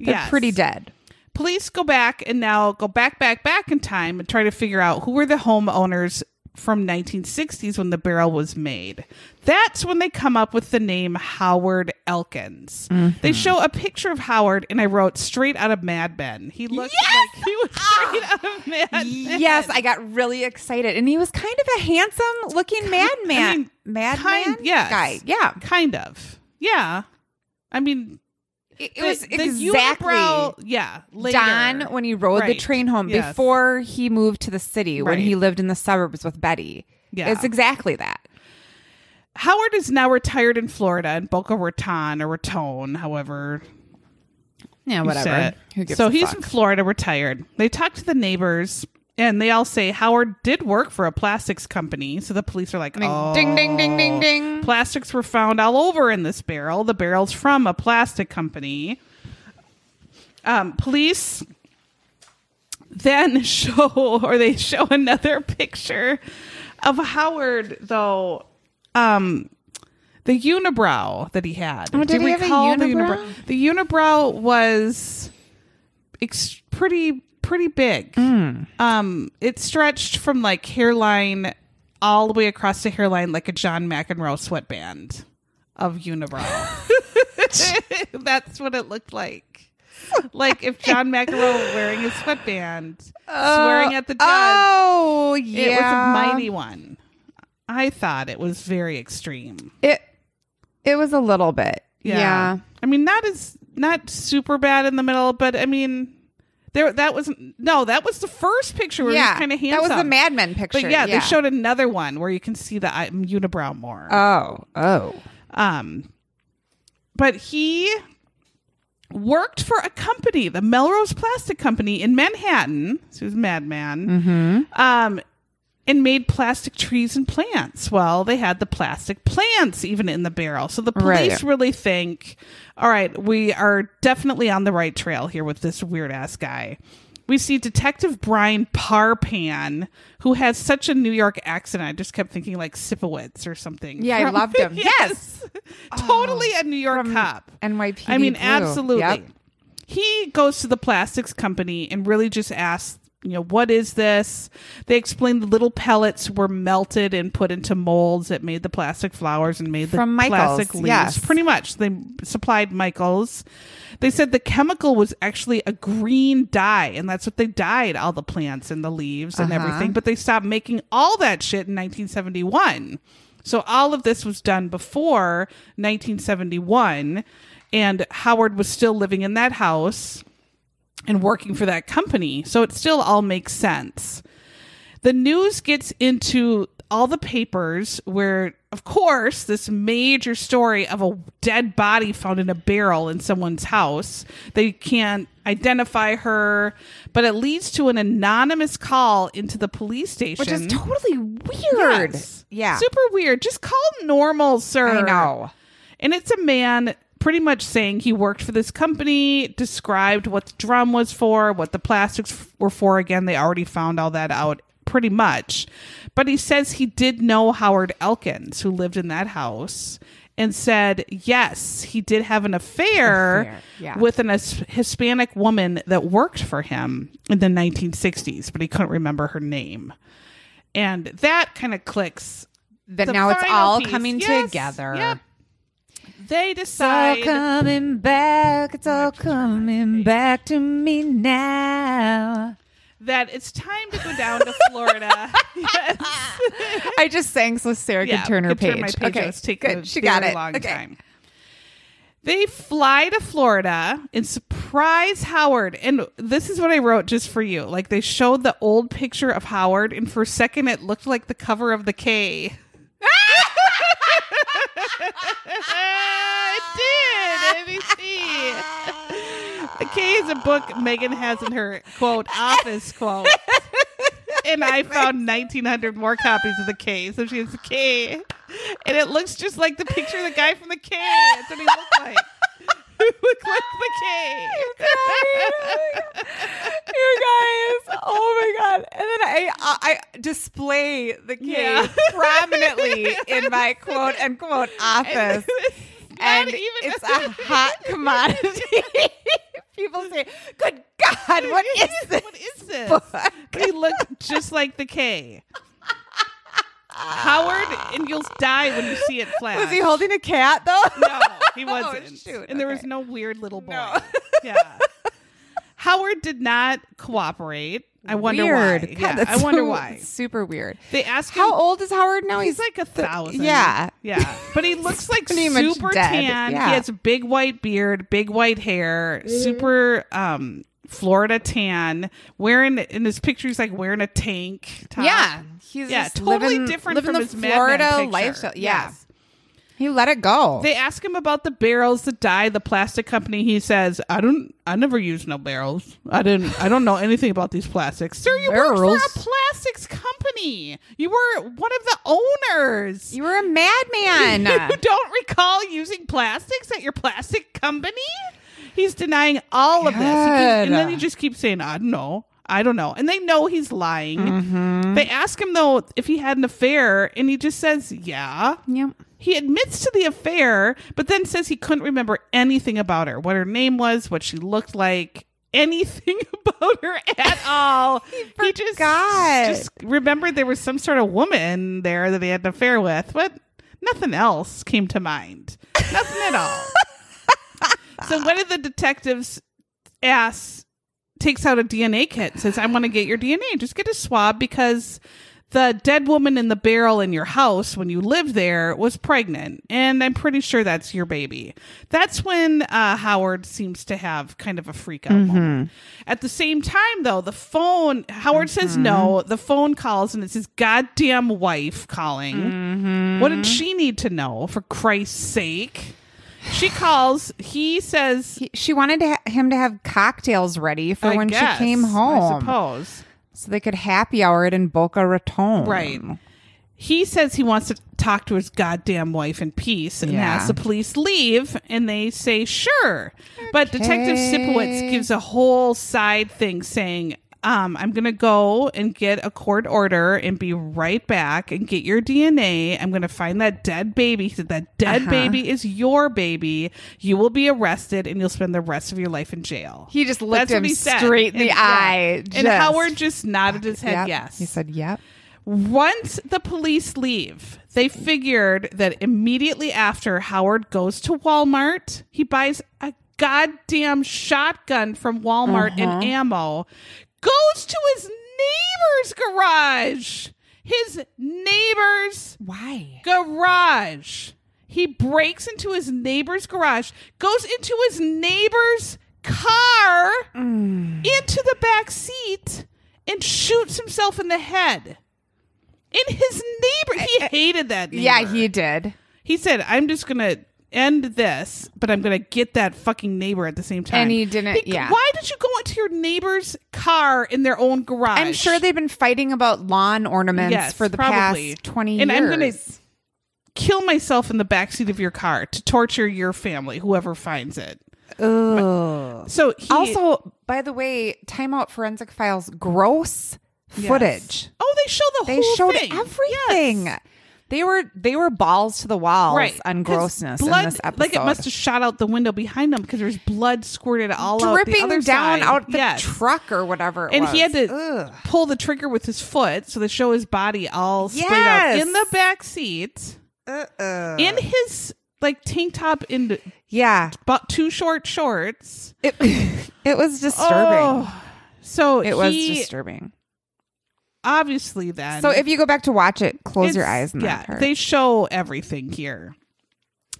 S3: They're
S2: Yes.
S3: pretty dead.
S2: police go back and now go back back back in time and try to figure out who were the homeowners from 1960s when the barrel was made that's when they come up with the name howard elkins
S3: Mm-hmm.
S2: they show a picture of howard and i wrote straight out of mad men he looked
S3: Yes! Ah!
S2: like he was straight out of mad men
S3: Yes, I got really excited, and he was kind of a handsome-looking madman,
S2: mean,
S3: madman,
S2: kind yes.
S3: guy. Yeah,
S2: kind of yeah i mean
S3: it, it
S2: the-
S3: was
S2: the
S3: exactly
S2: unibrow- yeah later.
S3: Don when he rode the
S2: Right.
S3: train home
S2: Yes.
S3: before he moved to the city when
S2: Right.
S3: he lived in the suburbs with Betty.
S2: Yeah.
S3: It's exactly that.
S2: Howard is now retired in Florida in Boca Raton or Raton, however
S3: Yeah,
S2: you say it. so he's in Florida, retired. They talk to the neighbors, and they all say Howard did work for a plastics company. So the police are like, oh,
S3: ding ding ding ding ding.
S2: plastics were found all over in this barrel. The barrel's from a plastic company. Um, police then show, or they show another picture of Howard, though. Um, the unibrow that he had.
S3: Oh, did
S2: Do
S3: he
S2: we
S3: have a
S2: call the
S3: unibrow?
S2: unibrow? The unibrow was ex- pretty pretty big.
S3: Mm.
S2: Um, it stretched from like hairline all the way across the hairline like a John McEnroe sweatband of unibrow. That's what it looked like. Like if John McEnroe were wearing his sweatband, swearing at the judge.
S3: Uh, Oh yeah,
S2: It was a mighty one. I thought it was very extreme.
S3: It it was a little bit. Yeah.
S2: I mean, not as not super bad in the middle, but I mean, there that wasn't. No, that was the first picture where he was kind of
S3: that
S2: handsome.
S3: was the Mad Men picture.
S2: But yeah, they showed another one where you can see the eye- unibrow more.
S3: Oh, oh.
S2: um, but he worked for a company, the Melrose Plastic Company in Manhattan. So he was a madman. Um, and made plastic trees and plants. Well, they had the plastic plants even in the barrel. So the police
S3: Right.
S2: really think, all right, we are definitely on the right trail here with this weird ass guy. We see Detective Brian Parpan, who has such a New York accent. I just kept thinking like Sipowitz or something.
S3: Yeah, I loved him. Oh,
S2: yes. Totally a New York cop.
S3: NYPD.
S2: I mean,
S3: Blue.
S2: absolutely.
S3: Yep.
S2: He goes to the plastics company and really just asks, you know, what is this? They explain the little pellets were melted and put into molds that made the plastic flowers and made the
S3: From Michaels,
S2: plastic leaves.
S3: yes.
S2: Pretty much, they supplied Michaels. They said the chemical was actually a green dye, and that's what they dyed all the plants and the leaves and everything. But they stopped making all that shit in 1971. So all of this was done before 1971, and Howard was still living in that house and working for that company. So it still all makes sense. The news gets into all the papers where, of course, this major story of a dead body found in a barrel in someone's house. They can't identify her, but it leads to an anonymous call into the police station.
S3: Which is totally weird.
S2: Yes.
S3: Yeah.
S2: Super weird. Just call normal, sir.
S3: I know.
S2: And it's a man pretty much saying he worked for this company, described what the drum was for, what the plastics f- were for. Again, they already found all that out pretty much. But he says he did know Howard Elkins, who lived in that house. And said, yes, he did have an affair,
S3: Affair, yeah.
S2: with an His- Hispanic woman that worked for him in the 1960s, but he couldn't remember her name. And that kind of clicks.
S3: But
S2: the
S3: now it's
S2: final
S3: all
S2: piece.
S3: coming
S2: Yes,
S3: together.
S2: Yep. They
S3: It's all
S2: decide.
S3: coming back. It's all coming back to me now.
S2: that it's time to go down to Florida. yes.
S3: I just sang so Sarah
S2: Yeah,
S3: could turn her
S2: could
S3: page.
S2: my page. I was taking
S3: good.
S2: a
S3: she got
S2: very
S3: it.
S2: long
S3: okay.
S2: time. They fly to Florida and surprise Howard. And this is what I wrote just for you. Like they showed the old picture of Howard, and for a second it looked like the cover of the K. it did. Let me see. The K is a book Megan has in her quote office quote. And I found 1,900 more copies of the K. So she has the K. And it looks just like the picture of the guy from the K. That's what he looked like. He looked like the K.
S3: You guys, oh my god! And then I I, I display the K
S2: Yeah.
S3: prominently in my quote unquote office,
S2: Not
S3: and
S2: even-
S3: it's a hot commodity. People say, "Good God, what is this?"
S2: What is this?
S3: book?
S2: But he looked just like the K. Howard, and you'll die when you see it flash.
S3: Was he holding a cat though?
S2: No, he wasn't.
S3: Oh, shoot,
S2: and there was
S3: okay.
S2: no weird little boy.
S3: No.
S2: yeah. Howard did not cooperate. I wonder why.
S3: God,
S2: yeah,
S3: that's
S2: I wonder
S3: so-
S2: why.
S3: Super weird.
S2: They ask him
S3: How old is Howard now?
S2: He's like a thousand.
S3: yeah.
S2: Yeah. But he looks like
S3: Pretty much
S2: super
S3: dead.
S2: tan.
S3: Yeah.
S2: He has a big white beard, big white hair, super um Florida tan, wearing in his picture he's like wearing a tank top.
S3: yeah. He's
S2: Yeah,
S3: just
S2: totally
S3: living-
S2: different
S3: living
S2: from
S3: the
S2: his Mad Men
S3: Florida
S2: picture.
S3: lifestyle. Yeah.
S2: Yes.
S3: He let it go.
S2: They ask him about the barrels that dye the plastic company. He says, "I don't. I never use no barrels. I didn't. I don't know anything about these plastics." Sir, you
S3: Barrels?
S2: worked for a plastics company. You were one of the owners.
S3: you were a madman.
S2: You don't recall using plastics at your plastic company? He's denying all of this. He keeps- and then he
S3: God.
S2: just keeps saying, I don't know. I don't know. And they know he's lying. They ask him, though, if he had an affair, and he just says, Yeah.
S3: yep.
S2: He admits to the affair, but then says he couldn't remember anything about her what her name was, what she looked like. Anything about her at all? he, just
S3: forgot.
S2: just remembered there was some sort of woman there that he had an affair with, but nothing else came to mind. Nothing at all. so one of the detectives asks, takes out a DNA kit, and says, "I want to get your DNA. Just get a swab because." The dead woman in the barrel in your house when you lived there was pregnant, and I'm pretty sure that's your baby. That's when uh, Howard seems to have kind of a freak out
S3: Mm-hmm.
S2: moment. At the same time, though, the phone, Howard says
S3: Mm-hmm.
S2: no. The phone calls and it's his goddamn wife calling.
S3: Mm-hmm.
S2: What did she need to know, for Christ's sake? She calls. He says,
S3: He- she wanted to ha- him to have cocktails ready for
S2: I
S3: when
S2: guess,
S3: she came
S2: I
S3: home,
S2: suppose.
S3: so they could happy hour it in Boca Raton.
S2: Right.
S3: Mm.
S2: He says he wants to talk to his goddamn wife in peace and
S3: Yeah.
S2: has the police leave, and they say sure. But Detective Sipowicz gives a whole side thing saying, um, I'm going to go and get a court order and be right back and get your DNA. I'm going to find that dead baby. He said, That dead
S3: Uh-huh.
S2: baby is your baby. You will be arrested and you'll spend the rest of your life in jail.
S3: He just looked
S2: That's what
S3: him
S2: he said.
S3: straight in the
S2: And- yeah.
S3: eye.
S2: And
S3: Just-
S2: Howard just nodded his head
S3: Yep.
S2: yes.
S3: He said, "Yep."
S2: Once the police leave, they figured that immediately after Howard goes to Walmart, he buys a goddamn shotgun from Walmart and ammo, goes to his neighbor's garage. His neighbor's
S3: Why?
S2: garage. He breaks into his neighbor's garage, goes into his neighbor's car,
S3: Mm.
S2: into the back seat, and shoots himself in the head. in his neighbor. He hated that. Neighbor.
S3: Eh, Yeah, he did.
S2: He said, "I'm just gonna." End this, but I'm gonna get that fucking neighbor at the same time.
S3: And he didn't- yeah.
S2: Why did you go into your neighbor's car in their own garage?
S3: I'm sure they've been fighting about lawn ornaments
S2: Yes,
S3: for the
S2: probably.
S3: past 20
S2: And
S3: years.
S2: I'm gonna- kill myself in the backseat of your car to torture your family, whoever finds it.
S3: Ugh.
S2: So he
S3: also, by the way, timeout forensic files gross
S2: Yes.
S3: footage.
S2: Oh, they show the
S3: They
S2: whole
S3: showed
S2: thing.
S3: everything.
S2: Yes.
S3: They were they were balls to the walls
S2: Right
S3: on
S2: 'Cause
S3: grossness
S2: blood,
S3: in this episode.
S2: Like it must have shot out the window behind them because there's blood squirted all out the
S3: dripping
S2: other
S3: down
S2: side.
S3: out the
S2: Yes.
S3: truck or whatever. it
S2: and he had
S3: was.
S2: to
S3: Ugh.
S2: pull the trigger with his foot, so they show his body all splayed out
S3: Yes.
S2: in the back seat uh, in his like tank top in
S3: yeah.
S2: about two short shorts.
S3: It it was disturbing.
S2: Oh. So
S3: it was
S2: he-
S3: disturbing.
S2: obviously then.
S3: So if you go back to watch it, close your
S2: It's-
S3: eyes. In that part.
S2: They show everything here.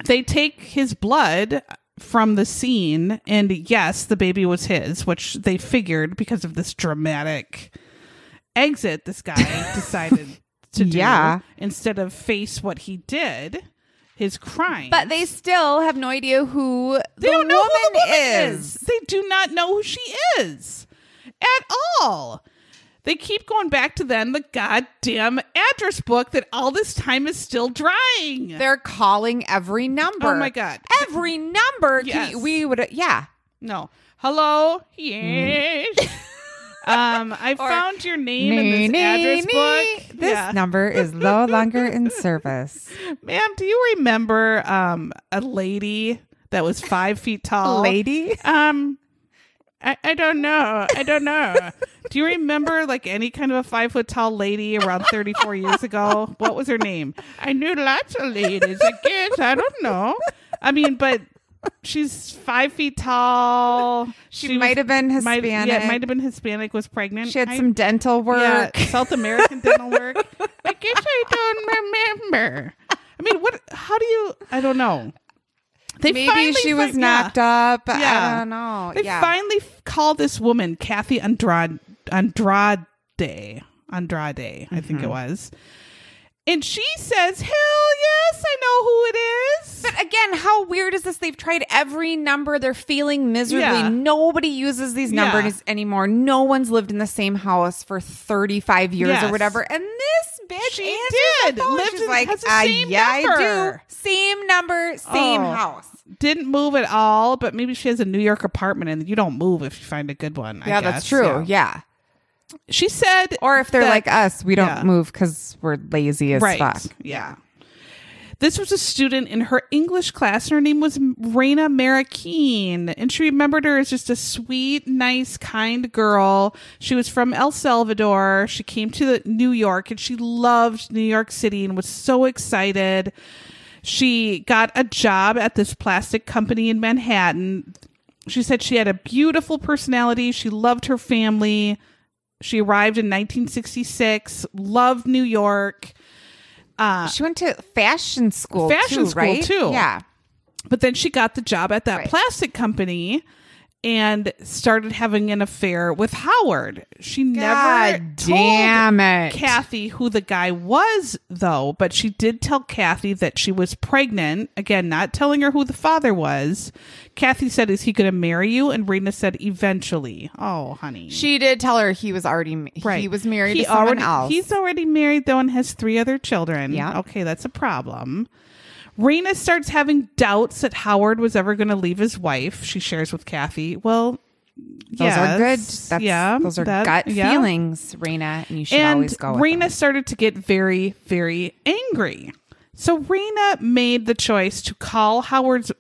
S2: They take his blood from the scene, and yes, the baby was his, which they figured because of this dramatic exit this guy decided to do
S3: Yeah.
S2: instead of face what he did, his crime.
S3: But they still have no idea who
S2: they don't know who the woman is. They do not know who she is at all. They keep going back to then the goddamn address book that all this time is still drying.
S3: They're calling every number.
S2: Oh my God.
S3: Every number. Can
S2: Yes.
S3: you- we would. Yeah.
S2: No. Hello.
S3: Mm.
S2: Yes. um, I found your name in this address book.
S3: This
S2: Yeah.
S3: number is no longer in service.
S2: ma'am. Do you remember um a lady that was five feet tall?
S3: Lady.
S2: Um, I, I don't know. I don't know. do you remember like any kind of a five foot tall lady around thirty four years ago? What was her name? I knew lots of ladies. I guess I don't know. I mean, but. She's five feet tall.
S3: She,
S2: was
S3: might have been
S2: Might-
S3: Hispanic.
S2: yeah, it might have been Hispanic. Was pregnant.
S3: She had
S2: I-
S3: some dental
S2: yeah,
S3: work.
S2: South American dental work. I guess I don't remember. I mean, what? How do you? I don't know. They
S3: Maybe she was knocked up.
S2: Yeah.
S3: I don't know.
S2: They
S3: Oh, yeah.
S2: finally f- call this woman Kathy Andrade, Andrade, Andrade, I think
S3: Mm-hmm.
S2: it was, and she says, "Hell yes, I know who it is."
S3: But again, how weird is this? They've tried every number. They're failing miserably.
S2: Yeah.
S3: Nobody uses these
S2: Yeah.
S3: numbers anymore. No one's lived in the same house for 35 years or
S2: Yes.
S3: whatever. And this bitch
S2: She
S3: answers
S2: did.
S3: The phone.
S2: Lived
S3: She's
S2: in-
S3: like,
S2: has the
S3: "Ah,
S2: same
S3: yeah, I do.
S2: number."
S3: Same number, same
S2: Oh.
S3: house.
S2: Didn't move at all, but maybe she has a New York apartment, and you don't move if you find a good one. I
S3: yeah, that's
S2: guess. Yeah.
S3: true. Yeah.
S2: She said,
S3: Or if they're
S2: that-
S3: like us, we don't
S2: Yeah.
S3: move because we're lazy as
S2: right,
S3: fuck.
S2: yeah. This was a student in her English class, and her name was Raina Marroquin. And she remembered her as just a sweet, nice, kind girl. She was from El Salvador. She came to the- New York, and she loved New York City and was so excited. She got a job at this plastic company in Manhattan. She said she had a beautiful personality. She loved her family. She arrived in 1966, loved New York.
S3: She went to fashion school.
S2: Uh, Fashion
S3: too,
S2: school,
S3: right?
S2: too.
S3: Yeah.
S2: But then she got the job at that
S3: Right.
S2: plastic company and started having an affair with Howard. She never
S3: God
S2: told
S3: damn it.
S2: Kathy who the guy was though, but she did tell Kathy that she was pregnant, again not telling her who the father was. Kathy said is he going to marry you and Rena said eventually. Oh, honey.
S3: She did tell her he was already he was married
S2: He
S3: to someone
S2: already-
S3: else.
S2: He's already married though and has three other children.
S3: Yeah.
S2: Okay, that's a problem. Raina starts having doubts that Howard was ever going to leave his wife. She shares with Kathy. Well,
S3: Those are good.
S2: yes,
S3: That's,
S2: yeah,
S3: those are
S2: that-
S3: gut
S2: yeah.
S3: feelings, Raina, and you should
S2: And
S3: always go. With
S2: Raina
S3: them.
S2: started to get very, very angry. So Raina made the choice to call Howard's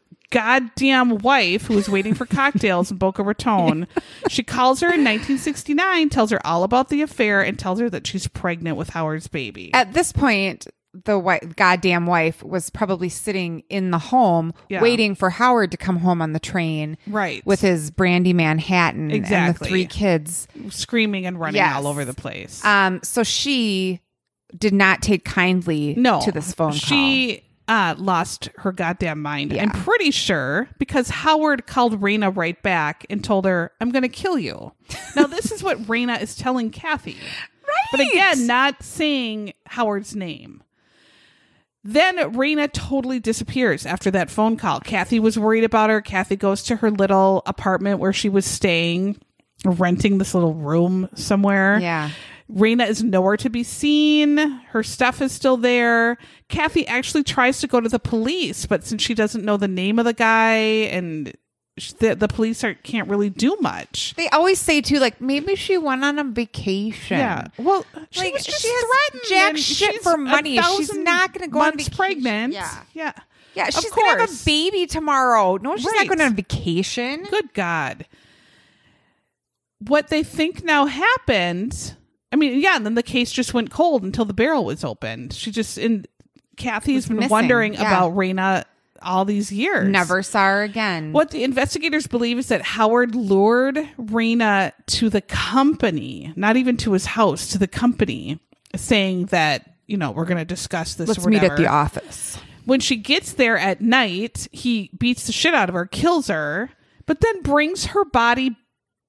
S2: goddamn wife, who was waiting for cocktails in Boca Raton. She calls her in 1969, tells her all about the affair, and tells her that she's pregnant with Howard's baby.
S3: At this point, the wife, goddamn wife was probably sitting in the home
S2: Yeah.
S3: waiting for Howard to come home on the train,
S2: Right.
S3: With his brandy Manhattan and the
S2: Exactly.
S3: three kids.
S2: Screaming and running
S3: Yes.
S2: all over the place.
S3: Um, so she did not take kindly
S2: no
S3: to this phone call.
S2: she uh lost her goddamn mind
S3: Yeah.
S2: i'm pretty sure because howard called Raina right back and told her i'm gonna kill you now this is what Raina is telling kathy But again, not saying Howard's name. Then Raina totally disappears after that phone call. Kathy was worried about her. Kathy goes to her little apartment where she was staying, renting this little room somewhere.
S3: Yeah.
S2: Raina is nowhere to be seen. Her stuff is still there. Kathy actually tries to go to the police, but since she doesn't know the name of the guy and sh- the, the police are, can't really do much.
S3: They always say too, like maybe she went on a vacation.
S2: Yeah. Well, she
S3: Like,
S2: was just
S3: she
S2: threatened.
S3: has jack
S2: and
S3: shit
S2: she's
S3: for
S2: a
S3: money. She's
S2: thousand
S3: not gonna go on
S2: months
S3: vacation.
S2: pregnant.
S3: Yeah.
S2: Yeah.
S3: yeah. She's
S2: of
S3: gonna have a
S2: course.
S3: baby tomorrow. No, she's
S2: Right.
S3: not going on vacation.
S2: Good God. What they think now happened. I mean, yeah, and then the case just went cold until the barrel was opened. She just and Kathy's been
S3: missing,
S2: wondering
S3: yeah.
S2: about Raina all these years.
S3: Never saw her again.
S2: What the investigators believe is that Howard lured Raina to the company, not even to his house, to the company, saying that, you know, we're going to discuss this.
S3: Let's
S2: or
S3: meet at the
S2: whatever.
S3: office.
S2: When she gets there at night, he beats the shit out of her, kills her, but then brings her body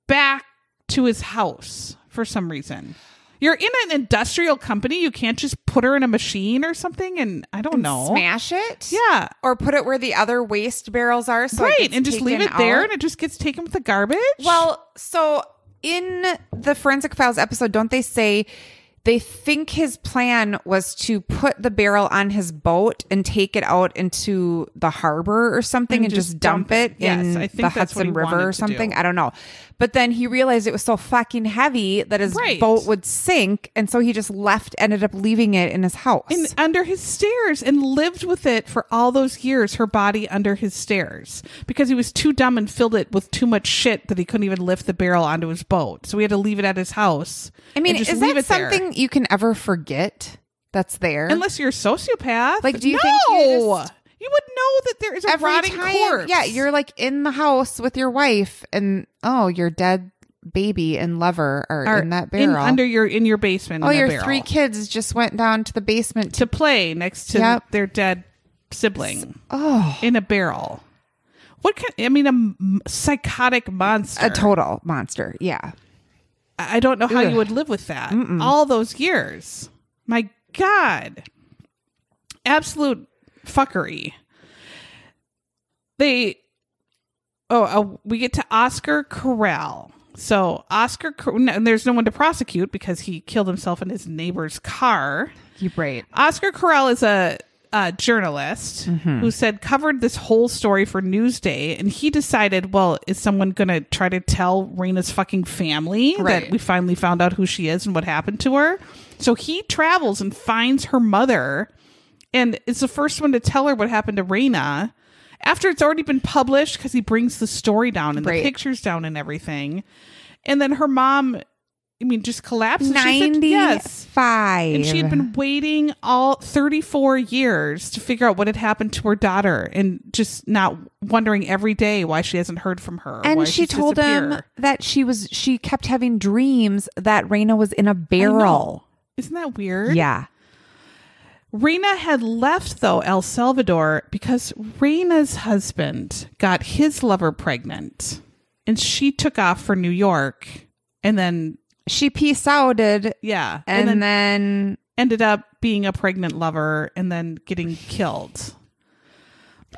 S2: back to his house for some reason. You're in an industrial company. You can't just put her in a machine or something. And I don't know.
S3: Smash it.
S2: Yeah.
S3: Or put it where the other waste barrels are. So it
S2: Right.
S3: gets
S2: And just leave
S3: taken
S2: it there
S3: out.
S2: and it just gets taken with the garbage.
S3: Well, so in the Forensic Files episode, don't they say they think his plan was to put the barrel on his boat and take it out into the harbor or something and, just, dump, it
S2: Yes,
S3: in
S2: I think
S3: the
S2: that's what he
S3: Hudson
S2: wanted
S3: River or
S2: to
S3: something?
S2: do.
S3: I don't know. But then he realized it was so fucking heavy that his
S2: Right.
S3: boat would sink. And so he just left, ended up leaving it in his house.
S2: in, under his stairs and lived with it for all those years, her body under his stairs, because he was too dumb and filled it with too much shit that he couldn't even lift the barrel onto his boat. So he had to leave it at his house.
S3: I mean,
S2: and just
S3: is
S2: leave
S3: that
S2: it there.
S3: something you can ever forget that's there?
S2: Unless you're a sociopath.
S3: Like, do you
S2: no!
S3: think you just-
S2: You would know that there is a rotting corpse.
S3: Yeah, you're like in the house with your wife, and oh, your dead baby and lover are,
S2: Or
S3: in that barrel.
S2: under your in your basement.
S3: oh,
S2: in a
S3: your
S2: barrel.
S3: three kids just went down to the basement. To,
S2: to play next to
S3: Yep.
S2: their dead sibling
S3: oh,
S2: in a barrel. What kind? I mean, a m- psychotic monster.
S3: a total monster. Yeah,
S2: I I don't know how
S3: Ugh.
S2: you would live with that all those years. My God. Absolute fuckery. They, oh, uh, we get to Oscar Corral. So, Oscar, Cor- no, and there's no one to prosecute because he killed himself in his neighbor's car.
S3: you right.
S2: Oscar Corral is a, a journalist
S3: Mm-hmm.
S2: who said covered this whole story for Newsday, and he decided, well, is someone going to try to tell Rena's fucking family
S3: Right.
S2: that we finally found out who she is and what happened to her? So he travels and finds her mother, and is the first one to tell her what happened to Rena. After it's already been published, because he brings the story down and the
S3: Right.
S2: pictures down and everything, and then her mom, I mean, just collapses. She said, yes,
S3: Ninety-five.
S2: and she had been waiting all 34 years to figure out what had happened to her daughter and just not wondering every day why she hasn't heard from her.
S3: And
S2: why
S3: she
S2: she's
S3: told him
S2: disappeared.
S3: that she was she kept having dreams that Raina was in a barrel.
S2: Isn't that weird?
S3: Yeah.
S2: Rena had left, though, El Salvador because Rena's husband got his lover pregnant and she took off for New York and then,
S3: She peace outed
S2: yeah,
S3: and,
S2: then
S3: then
S2: ended up being a pregnant lover and then getting killed.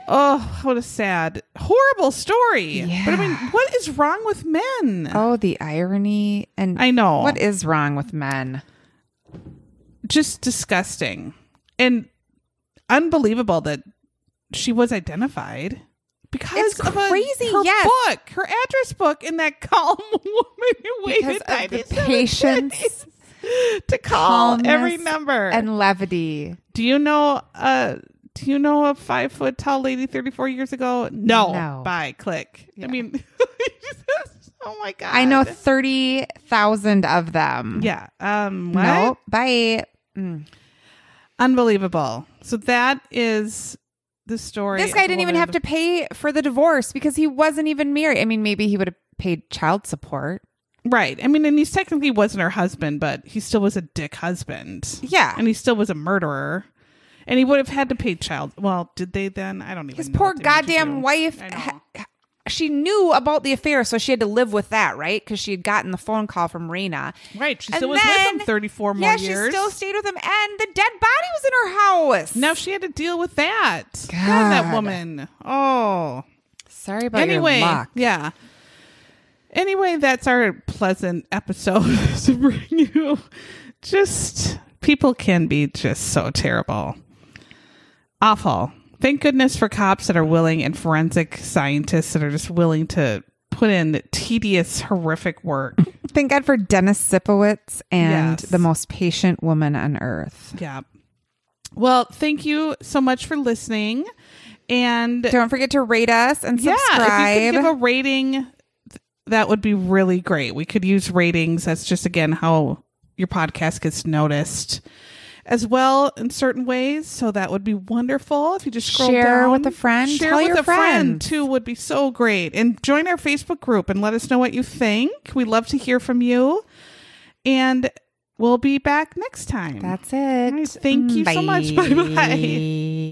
S2: Oh, what a sad, horrible story. But I mean,
S3: Yeah.
S2: what is wrong with men?
S3: Oh, the irony and
S2: I know.
S3: what is wrong with men?
S2: Just disgusting and unbelievable that she was identified because
S3: It's
S2: of a,
S3: crazy,
S2: her
S3: yes.
S2: book, her address book, and that calm woman who
S3: Because
S2: waited
S3: of the
S2: 97
S3: patience
S2: days to call every
S3: calmness,
S2: number
S3: and levity.
S2: Do you know uh do you know a five foot tall lady thirty four years ago? No.
S3: No.
S2: Bye, click. I mean oh my god.
S3: I know 30,000 of them.
S2: yeah. Um what?
S3: Nope. Bye.
S2: Unbelievable. So that is the story.
S3: This
S2: of
S3: guy
S2: the
S3: didn't even
S2: woman-
S3: have to pay for the divorce because he wasn't even married. I mean, maybe he would have paid child support.
S2: Right. I mean, and he technically wasn't her husband, but he still was a dick husband.
S3: Yeah.
S2: And he still was a murderer. And he would have had to pay child. Well, Mm, did they then? I don't even
S3: His
S2: know
S3: poor
S2: what they made you do.
S3: goddamn wife
S2: I know.
S3: ha- she knew about the affair, so she had to live with that, right? Because she had gotten the phone call from Raina.
S2: Right, she
S3: And
S2: still was with him 34 more
S3: yeah,
S2: years.
S3: she still stayed with him, and the dead body was in her house.
S2: Now she had to deal with that. God, that
S3: God.
S2: woman. Oh.
S3: sorry about
S2: anyway,
S3: your luck.
S2: yeah. Anyway, that's our pleasant episode to bring you. Just people can be just so terrible, awful. Thank goodness for cops that are willing and forensic scientists that are just willing to put in tedious, horrific work.
S3: Thank God for Dennis Sipowicz and
S2: Yes.
S3: the most patient woman on earth.
S2: yeah. Well, thank you so much for listening. And
S3: Don't forget to rate us and
S2: Yeah, if you
S3: subscribe.
S2: could give a rating, th- that would be really great. We could use ratings. That's just again how your podcast gets noticed, as well in certain ways. So that would be wonderful if you just scroll
S3: Share
S2: down.
S3: with a friend.
S2: Share
S3: Tell
S2: with
S3: your
S2: a friend
S3: friends.
S2: too would be so great. And join our Facebook group and let us know what you think. We love to hear from you, and we'll be back next time.
S3: That's it.
S2: Thank you so much. Bye-bye.
S3: Bye.